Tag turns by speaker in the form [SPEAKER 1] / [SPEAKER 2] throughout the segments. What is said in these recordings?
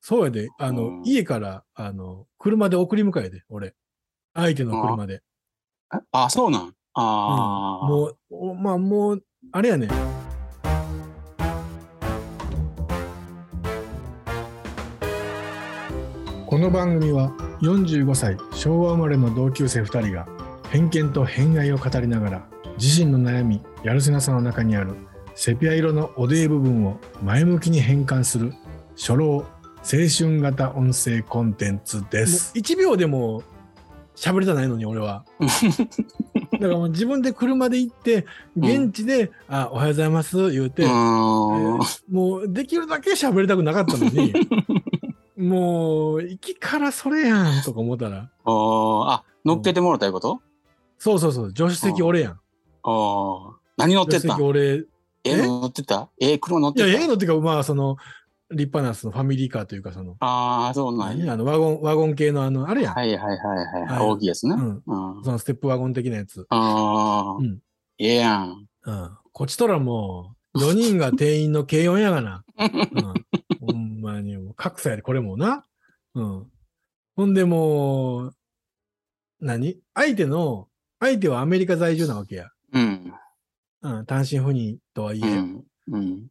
[SPEAKER 1] そうやで、あの、
[SPEAKER 2] うん
[SPEAKER 1] 家から、あの、車で送り迎えやで、俺。相手の車で。
[SPEAKER 2] あ、そうなん。ああ、
[SPEAKER 1] もう、おまあもう、あれやねん。
[SPEAKER 3] この番組は45歳昭和生まれの同級生2人が偏見と偏愛を語りながら自身の悩みやるせなさの中にあるセピア色のおでい部分を前向きに変換する初老青春型音声コンテンツで
[SPEAKER 1] も
[SPEAKER 3] す
[SPEAKER 1] う。1秒でも喋りたないのに、俺は。だからもう自分で車で行って、現地で、あ、おはようございます、言うて、
[SPEAKER 2] うん。
[SPEAKER 1] えーもうできるだけ喋りたくなかったの に、もう、行きからそれやんとか思ったら、
[SPEAKER 2] おーあ、乗っけてもらったいうこと
[SPEAKER 1] そうそうそう、助手席俺やん。
[SPEAKER 2] おー何乗っ
[SPEAKER 1] 助
[SPEAKER 2] て
[SPEAKER 1] 手
[SPEAKER 2] った
[SPEAKER 1] 席俺、い
[SPEAKER 2] え
[SPEAKER 1] え
[SPEAKER 2] 乗ってたえ車乗って
[SPEAKER 1] や、
[SPEAKER 2] た
[SPEAKER 1] ええのっていうか、まあ、その、立派なそのファミリーカーというか、その、
[SPEAKER 2] ああ、そうなん
[SPEAKER 1] 何
[SPEAKER 2] や。
[SPEAKER 1] あの、ワゴン、ワゴン系のあの、あれやん。
[SPEAKER 2] はいはいはいはい。
[SPEAKER 1] はい
[SPEAKER 2] 大きいですね。
[SPEAKER 1] うん。
[SPEAKER 2] うん。あ
[SPEAKER 1] そのステップワゴン的なやつ。
[SPEAKER 2] あ
[SPEAKER 1] うん
[SPEAKER 2] ー。ええやん。
[SPEAKER 1] うん。こっちとらもう、4人が定員の軽4やが な。うん。ほんまに、もう格差やで、これもな。うん。ほんでもう、何相手の、相手はアメリカ在住なわけや。
[SPEAKER 2] うん。
[SPEAKER 1] うん。単身赴任とはいうえ、
[SPEAKER 2] ん。うん。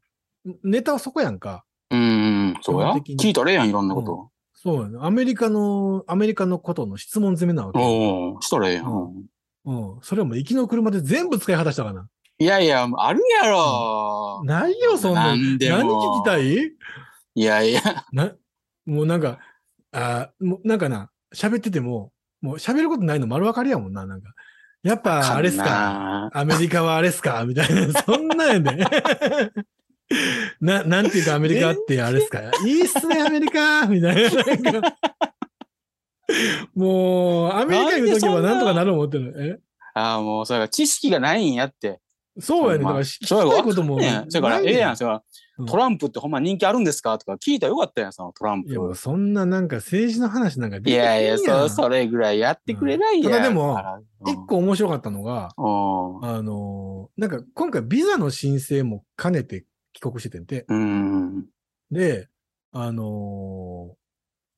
[SPEAKER 1] ネタはそこやんか。
[SPEAKER 2] うん。そうや
[SPEAKER 1] 基本的に
[SPEAKER 2] 聞いたらええやん、いろんなこと。
[SPEAKER 1] そうやな。アメリカの、アメリカのことの質問攻めなわけや。
[SPEAKER 2] おおしたらええやん。
[SPEAKER 1] ううん。それはもう行きの車で全部使い果たしたからな。
[SPEAKER 2] いやいや、あるやろ。
[SPEAKER 1] ないよ、そんな。
[SPEAKER 2] なんんでも。
[SPEAKER 1] 何聞きたい
[SPEAKER 2] いやいや。
[SPEAKER 1] な、もうなんか、あーもうなんかな、喋ってても、もう喋ることないの丸分かりやもんな、なんか。やっぱ、あれっすか
[SPEAKER 2] な
[SPEAKER 1] アメリカはあれっす かみたいな、そんなんや で。な、なんていうかアメリカってあれっすかいいっすね、アメリカみたいな。なんかもう、アメリカ行くときはなんとかなる思ってる。
[SPEAKER 2] ああ、もう、それが知識がないんやって。
[SPEAKER 1] えそうやね。だか
[SPEAKER 2] ほん
[SPEAKER 1] ら、
[SPEAKER 2] ま
[SPEAKER 1] 聞き
[SPEAKER 2] そうや
[SPEAKER 1] たい
[SPEAKER 2] わ
[SPEAKER 1] こともないね
[SPEAKER 2] ね
[SPEAKER 1] ん。
[SPEAKER 2] それから、ええやん、それは
[SPEAKER 1] うん。
[SPEAKER 2] トランプってほんま人気あるんですかとか聞いたらよかったやん、そのトラン
[SPEAKER 1] いや、もう
[SPEAKER 2] プ。
[SPEAKER 1] そんななんか政治の話なんか
[SPEAKER 2] いやいや、そう、
[SPEAKER 1] う。
[SPEAKER 2] それぐらいやってくれないやん。
[SPEAKER 1] うんただでも
[SPEAKER 2] から、
[SPEAKER 1] 一個面白かったのが、
[SPEAKER 2] 個。
[SPEAKER 1] あのーなんか今回ビザの申請も兼ねて帰国しててんて。
[SPEAKER 2] うん。
[SPEAKER 1] で、あのー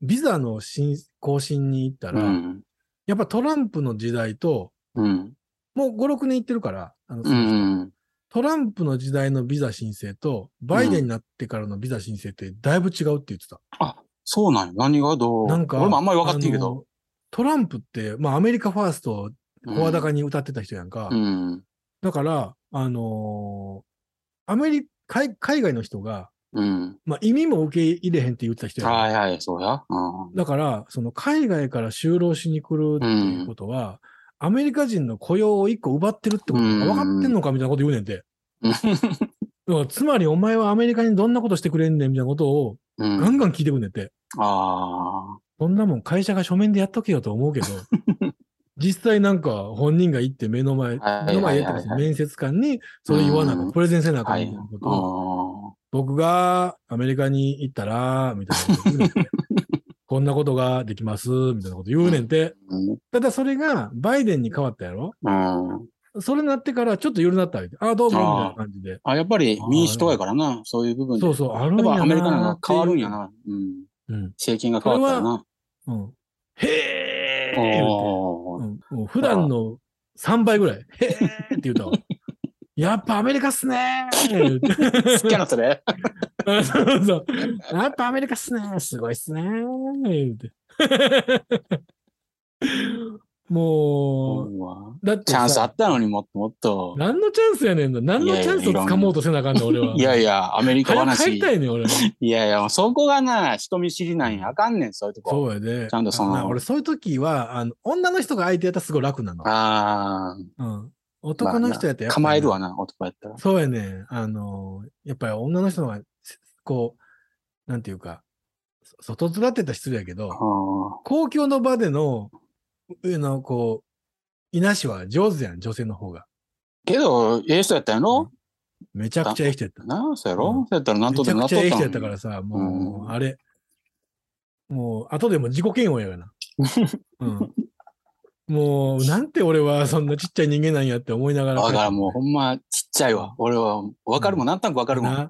[SPEAKER 1] ビザの申更新に行った
[SPEAKER 2] う
[SPEAKER 1] ら、
[SPEAKER 2] ん。
[SPEAKER 1] やっぱトランプの時代と、
[SPEAKER 2] うん。
[SPEAKER 1] もう5、6年行ってるから、あの
[SPEAKER 2] うん。うん。
[SPEAKER 1] トランプの時代のビザ申請と、バイデンになってからのビザ申請ってだいぶ違うって言ってた。
[SPEAKER 2] あ、そうなんや。何がどう
[SPEAKER 1] なんか、
[SPEAKER 2] 俺もあんまり分かってんけ
[SPEAKER 1] あ
[SPEAKER 2] ど。
[SPEAKER 1] のー。トランプって、まあアメリカファーストを声高に歌ってた人やんか。
[SPEAKER 2] うん。
[SPEAKER 1] だから、あのーアメリカ、海外の人が、
[SPEAKER 2] うん。
[SPEAKER 1] まあ、意味も受け入れへんって言ってた人やん
[SPEAKER 2] はいはい、そうや。うん。
[SPEAKER 1] だから、その海外から就労しに来るっていうことは、アメリカ人の雇用を一個奪ってるってことが
[SPEAKER 2] うん
[SPEAKER 1] 分かってんのかみたいなこと言うねんて。
[SPEAKER 2] うん
[SPEAKER 1] だからつまり、お前はアメリカにどんなことしてくれんねんみたいなことを
[SPEAKER 2] うん
[SPEAKER 1] ガンガン聞いてくんねんて。
[SPEAKER 2] あ
[SPEAKER 1] そんなもん会社が書面でやっとけよと思う けど、実際なんか本人が行って目の前、
[SPEAKER 2] はい
[SPEAKER 1] 目の前でやって
[SPEAKER 2] は
[SPEAKER 1] ま
[SPEAKER 2] い
[SPEAKER 1] す
[SPEAKER 2] はい
[SPEAKER 1] 面接官にそれ言わなあか
[SPEAKER 2] うん
[SPEAKER 1] ん、プレゼンせなあ
[SPEAKER 2] あ。
[SPEAKER 1] かん
[SPEAKER 2] は
[SPEAKER 1] み
[SPEAKER 2] い
[SPEAKER 1] たいな。ことを、
[SPEAKER 2] う
[SPEAKER 1] 僕がアメリカに行ったら、みたいなこと言うねん て。こんなことができます、みたいなこと言うねんて。
[SPEAKER 2] ん。
[SPEAKER 1] ただそれがバイデンに変わったやろ
[SPEAKER 2] うん。
[SPEAKER 1] それになってからちょっと緩なったわけ。ああ、どうも、みたいな感じで。
[SPEAKER 2] あ、やっぱり民主党やからな、そういう部分で。
[SPEAKER 1] そうそう、あるん
[SPEAKER 2] や
[SPEAKER 1] やなー
[SPEAKER 2] っぱアメリカなん
[SPEAKER 1] って
[SPEAKER 2] か
[SPEAKER 1] いう
[SPEAKER 2] 変わるんや。な。うん。
[SPEAKER 1] うん。
[SPEAKER 2] 政権が変わったらな。
[SPEAKER 1] うん、へえー言うて
[SPEAKER 2] お
[SPEAKER 1] う
[SPEAKER 2] ー
[SPEAKER 1] んもう普段の3倍ぐらい、へえーって言 ったわ。やっぱアメリカっすねー言うて
[SPEAKER 2] 好きやな、それ。
[SPEAKER 1] あそうそう。やっぱアメリカっすねーすごいっすねー言うて。もう、
[SPEAKER 2] うわ
[SPEAKER 1] だって
[SPEAKER 2] チ
[SPEAKER 1] さ
[SPEAKER 2] ャンスあったのにもっともっと。
[SPEAKER 1] 何のチャンスやねんの何のチャンスを掴もうとせなあかんの俺は。
[SPEAKER 2] いやいや、アメリカ
[SPEAKER 1] 早く帰
[SPEAKER 2] 話。
[SPEAKER 1] りたいねん 俺は。
[SPEAKER 2] いやいや、そこがな、人見知りなんや。あかんねん、そういうとこ。
[SPEAKER 1] そうやで。
[SPEAKER 2] ちゃんとその
[SPEAKER 1] あ俺、そういう時は、あの、女の人が相手やったらすごい楽なの。
[SPEAKER 2] あ
[SPEAKER 1] うん。
[SPEAKER 2] あ。
[SPEAKER 1] 男の人やったらやっぱね
[SPEAKER 2] 構えるわな、男やったら。
[SPEAKER 1] そうやね。あの、やっぱり女の人の方が、せこう、なんていうか、そ外面って言ったら失礼やけど、
[SPEAKER 2] あ
[SPEAKER 1] 公共の場での、うの、こう、いなしは上手やん、女性の方が。
[SPEAKER 2] ーけど、ええ人やったんやろ
[SPEAKER 1] めちゃくちゃええ人やった。
[SPEAKER 2] なあ、そうや
[SPEAKER 1] うん
[SPEAKER 2] ろそうやったらなんと
[SPEAKER 1] めち
[SPEAKER 2] で
[SPEAKER 1] ゃ
[SPEAKER 2] もな
[SPEAKER 1] く
[SPEAKER 2] っ
[SPEAKER 1] ち
[SPEAKER 2] と
[SPEAKER 1] ゃ
[SPEAKER 2] っ
[SPEAKER 1] ええ
[SPEAKER 2] た
[SPEAKER 1] 人
[SPEAKER 2] の
[SPEAKER 1] やっ
[SPEAKER 2] に
[SPEAKER 1] たからさ、も
[SPEAKER 2] う
[SPEAKER 1] う、
[SPEAKER 2] ん
[SPEAKER 1] あれ、もう、後でも自己嫌悪やがな。うん。もう、なんて俺はそんなちっちゃい人間なんやって思いながら。
[SPEAKER 2] だからもうほんまちっちゃいわ。俺はわかるもん、なんとなくわかるもん。
[SPEAKER 1] な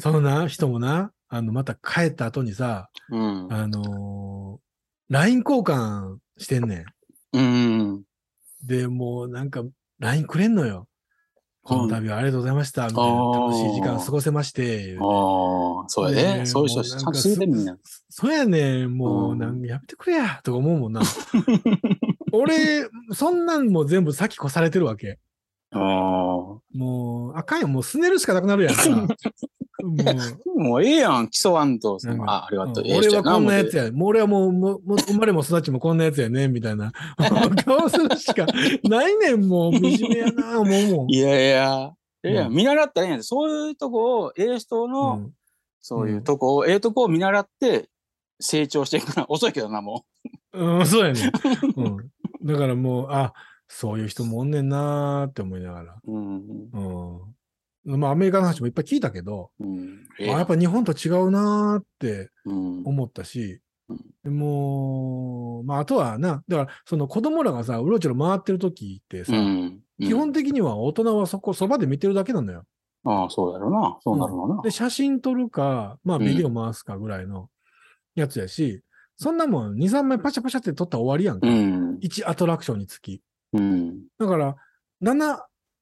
[SPEAKER 1] そのな、人もな、あの、また帰った後にさ、
[SPEAKER 2] うん。
[SPEAKER 1] あのー、LINE 交換してんね
[SPEAKER 2] うん。
[SPEAKER 1] ん。で、もうなんか、LINE くれんのよ。この度はありがとうございました。みたいな楽しい時間過ごせまして。言うて
[SPEAKER 2] ああ、そうや
[SPEAKER 1] ね
[SPEAKER 2] ね。
[SPEAKER 1] え
[SPEAKER 2] そういう人、ちゃんとするで、みんな。
[SPEAKER 1] そうやねんもう、
[SPEAKER 2] うん
[SPEAKER 1] なんかやめてくれや、とか思う もんな。俺、そんなんも全部先越されてるわけ。
[SPEAKER 2] ああ。も
[SPEAKER 1] もう、あかんよ、もうすねるしかなくなるやん か。もう
[SPEAKER 2] うええやん、基礎ワンと
[SPEAKER 1] なん。か
[SPEAKER 2] あ、ありがとう。
[SPEAKER 1] うん俺はこんなやつ
[SPEAKER 2] や。
[SPEAKER 1] や。もう俺はもう、もうもう生まれも育ちもこんなやつやね、みたいな。顔するしかないねん、もう。惨めやな、思うもん。
[SPEAKER 2] いやいや。ええや
[SPEAKER 1] うん
[SPEAKER 2] ん、見習ったらええやん。そういうとこを、ええ人
[SPEAKER 1] う
[SPEAKER 2] の、
[SPEAKER 1] ん
[SPEAKER 2] そういうとこを、ええとこを見習って、成長していくな。 遅いけどな、も
[SPEAKER 1] うん、そうやね。うん。だからもう、あ、そういう人もおんねんなーって思いながら。
[SPEAKER 2] う。うん。
[SPEAKER 1] うん。まあ、アメリカの話もいっぱい聞いたけど、
[SPEAKER 2] うん。
[SPEAKER 1] あやっぱ日本と違うなーって
[SPEAKER 2] うん。
[SPEAKER 1] 思ったし
[SPEAKER 2] うん、
[SPEAKER 1] でもう、まあ、あとはな、だから、その子供らがさ、うろちょろ回ってる時ってさ、
[SPEAKER 2] うん。
[SPEAKER 1] 基本
[SPEAKER 2] 的
[SPEAKER 1] 的には大人はそこ、そばで見てるだけなのよ。
[SPEAKER 2] ああ、そうやろな。そうなるわな
[SPEAKER 1] で、。写真撮るか、まあ、
[SPEAKER 2] うん
[SPEAKER 1] ビデオ回すかぐらいのやつやし、そんなもん、2、3枚パシャパシャって撮ったら終わりやんか。
[SPEAKER 2] うん。
[SPEAKER 1] 1アトラクションにつき。
[SPEAKER 2] うん。
[SPEAKER 1] だから、7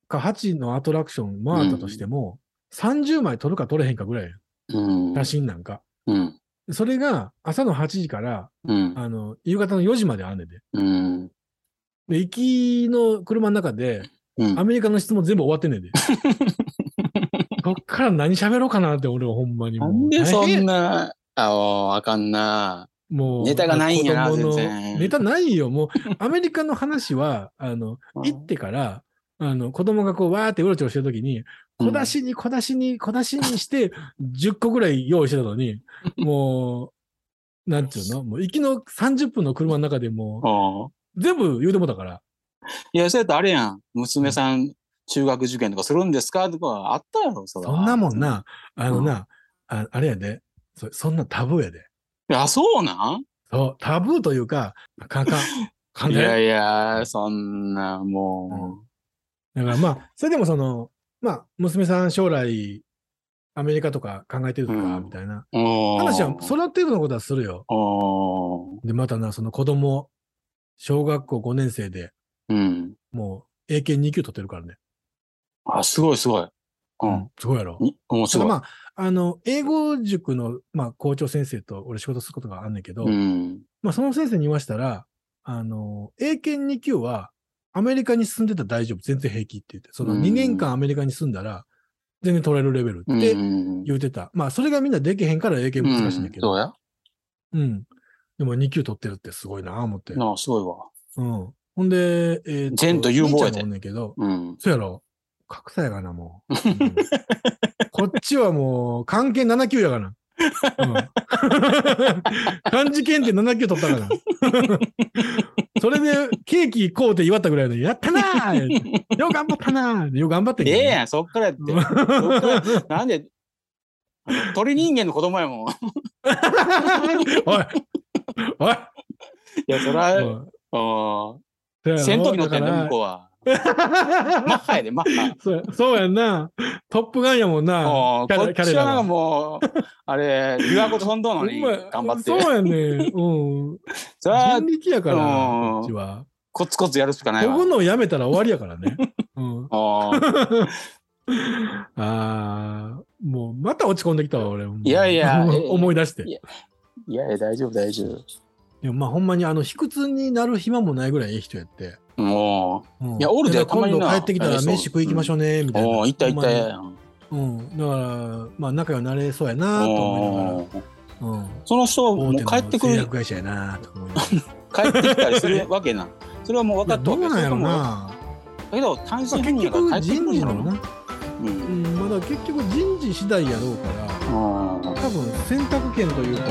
[SPEAKER 1] か8のアトラクション回ったとしても、30枚撮るか撮れへんかぐらいやん
[SPEAKER 2] うん。
[SPEAKER 1] 写真なんか。
[SPEAKER 2] うん。
[SPEAKER 1] それが朝の8時から、
[SPEAKER 2] うん。
[SPEAKER 1] あの、夕方の4時まであんねんで。
[SPEAKER 2] うん。
[SPEAKER 1] で、行きの車の中で、
[SPEAKER 2] うん
[SPEAKER 1] アメリカの質問全部終わってんねん で。こっから何喋ろうかなって、俺はほんまに
[SPEAKER 2] な
[SPEAKER 1] もう。
[SPEAKER 2] んでそ
[SPEAKER 1] 大変
[SPEAKER 2] んな、ああ、あかんな。
[SPEAKER 1] もう。
[SPEAKER 2] ネタがないんやな
[SPEAKER 1] 子供の
[SPEAKER 2] 全然
[SPEAKER 1] ネタないよ。もう、アメリカの話は、あの、行ってから、あの、子供がこう、わーってうろちょろしてるときに、小出しに小出しに小出しにして、10個ぐらい用意してたの に、もう、なんていうのもう、行きの30分の車の中でも
[SPEAKER 2] うん。ああ。
[SPEAKER 1] う、全部言うてもだから。
[SPEAKER 2] いや、そうやったらあれやん。娘さん、中学受験とかするんですかとか、あったやろ、そら
[SPEAKER 1] そんなもん。な、あのな、ああれやでそ、そんなタブーやで。
[SPEAKER 2] いや、そうなん
[SPEAKER 1] そう、タブーというか、あかんあかん。あ かん
[SPEAKER 2] い
[SPEAKER 1] で
[SPEAKER 2] やいや、そんな、も
[SPEAKER 1] だからまあ、それでもその、まあ、娘さん将来、アメリカとか考えてるとか、
[SPEAKER 2] うん
[SPEAKER 1] みたいな。
[SPEAKER 2] う。うん
[SPEAKER 1] 話は、その程度のことはするよ。
[SPEAKER 2] あ
[SPEAKER 1] で、またな、その子供、小学校5年生で
[SPEAKER 2] あ。うん。
[SPEAKER 1] もう、英検2級取ってるからね。
[SPEAKER 2] あ、すごいすごい。うん。
[SPEAKER 1] すごいやろ。
[SPEAKER 2] に
[SPEAKER 1] ただ
[SPEAKER 2] 面白い。
[SPEAKER 1] まあ、あの、英語塾の、まあ、校長先生と俺仕事することがあんねんけど、
[SPEAKER 2] うん。
[SPEAKER 1] まあ、その先生に言わしたら、あの、英検2級は、アメリカに住んでたら大丈夫、全然平気って言って、その
[SPEAKER 2] うん
[SPEAKER 1] 2年間アメリカに住んだら、全然取れるレベルって
[SPEAKER 2] うん
[SPEAKER 1] 言うてた。まあ、それがみんなできへんから英検難しいんだけ
[SPEAKER 2] う
[SPEAKER 1] ど、
[SPEAKER 2] んそう
[SPEAKER 1] うん。でも2級取ってるってすごいなぁ思って
[SPEAKER 2] や。。なあ、すごいわ。
[SPEAKER 1] うん。ほんで、えーと
[SPEAKER 2] 善と有望
[SPEAKER 1] 兄ちゃ
[SPEAKER 2] やで
[SPEAKER 1] んがおんねんけど、
[SPEAKER 2] うん。
[SPEAKER 1] そうやろ格差やがな、も う。うんこっちはもう、関係7級やがな。うん、 漢字検定7級取ったから。 それで、ケーキこうって言わったぐらいで、やったなー言うてよう頑張ったなーよう頑張ってん
[SPEAKER 2] え
[SPEAKER 1] けど
[SPEAKER 2] え
[SPEAKER 1] ね
[SPEAKER 2] やん、そっ からやって。そっからなんで、鳥人間の子供やもん。い
[SPEAKER 1] おいおい
[SPEAKER 2] や、そ
[SPEAKER 1] お
[SPEAKER 2] ら、
[SPEAKER 1] い
[SPEAKER 2] うん
[SPEAKER 1] そうやろ
[SPEAKER 2] 戦闘機乗って
[SPEAKER 1] だか
[SPEAKER 2] んね、
[SPEAKER 1] ら
[SPEAKER 2] 向こうは。マ ッハやで、マッハ。
[SPEAKER 1] そうやそうやんな。トップガンやもんな。
[SPEAKER 2] もう、こっ
[SPEAKER 1] 彼
[SPEAKER 2] ち
[SPEAKER 1] ら
[SPEAKER 2] はなんかもう、あれ、琵琶湖と飛んどんのに、
[SPEAKER 1] ほんま
[SPEAKER 2] 頑張って。
[SPEAKER 1] そうやね。うん。
[SPEAKER 2] そら
[SPEAKER 1] 人、力やから、
[SPEAKER 2] うん
[SPEAKER 1] こっちは。
[SPEAKER 2] コツコツやるしかない
[SPEAKER 1] 飛
[SPEAKER 2] わ。
[SPEAKER 1] ぶのをやめたら終わりやから ね。うん。
[SPEAKER 2] うん
[SPEAKER 1] ああ、もうまた落ち込んできたわ、俺。
[SPEAKER 2] いやいや
[SPEAKER 1] 思い出して。
[SPEAKER 2] いやいやいや、大丈夫、大丈夫。
[SPEAKER 1] でもまあほんまにあの、卑屈になる暇もないぐらいいい人やって。
[SPEAKER 2] も
[SPEAKER 1] うん
[SPEAKER 2] いやおるで
[SPEAKER 1] だから
[SPEAKER 2] たまに
[SPEAKER 1] 今
[SPEAKER 2] な
[SPEAKER 1] 度帰ってきたら
[SPEAKER 2] あれそう
[SPEAKER 1] 飯食い行きましょうね、み
[SPEAKER 2] う、
[SPEAKER 1] たいな。
[SPEAKER 2] おお、いったいっ
[SPEAKER 1] ほん
[SPEAKER 2] た
[SPEAKER 1] まに
[SPEAKER 2] やん。
[SPEAKER 1] うん。だから、まあ仲良くなれそうやなと思
[SPEAKER 2] おー
[SPEAKER 1] いながら。うん。
[SPEAKER 2] その人、も
[SPEAKER 1] 大
[SPEAKER 2] う
[SPEAKER 1] 手
[SPEAKER 2] 帰って
[SPEAKER 1] の
[SPEAKER 2] く
[SPEAKER 1] 製
[SPEAKER 2] る
[SPEAKER 1] 薬、会社やなと思いながら
[SPEAKER 2] 帰ってきたりするわけな。それはも
[SPEAKER 1] い
[SPEAKER 2] う分か
[SPEAKER 1] や
[SPEAKER 2] っと
[SPEAKER 1] ど
[SPEAKER 2] る
[SPEAKER 1] う
[SPEAKER 2] わけ
[SPEAKER 1] なんやろな。
[SPEAKER 2] だけど、単
[SPEAKER 1] まあ
[SPEAKER 2] 身
[SPEAKER 1] 結
[SPEAKER 2] 赴任やから
[SPEAKER 1] 局
[SPEAKER 2] 帰ってく
[SPEAKER 1] 人
[SPEAKER 2] るん
[SPEAKER 1] 事
[SPEAKER 2] や
[SPEAKER 1] な
[SPEAKER 2] ろ
[SPEAKER 1] の
[SPEAKER 2] な。
[SPEAKER 1] な。うん。まあだから結局人事次第やろうから。
[SPEAKER 2] うん。うん
[SPEAKER 1] 多分選択権というか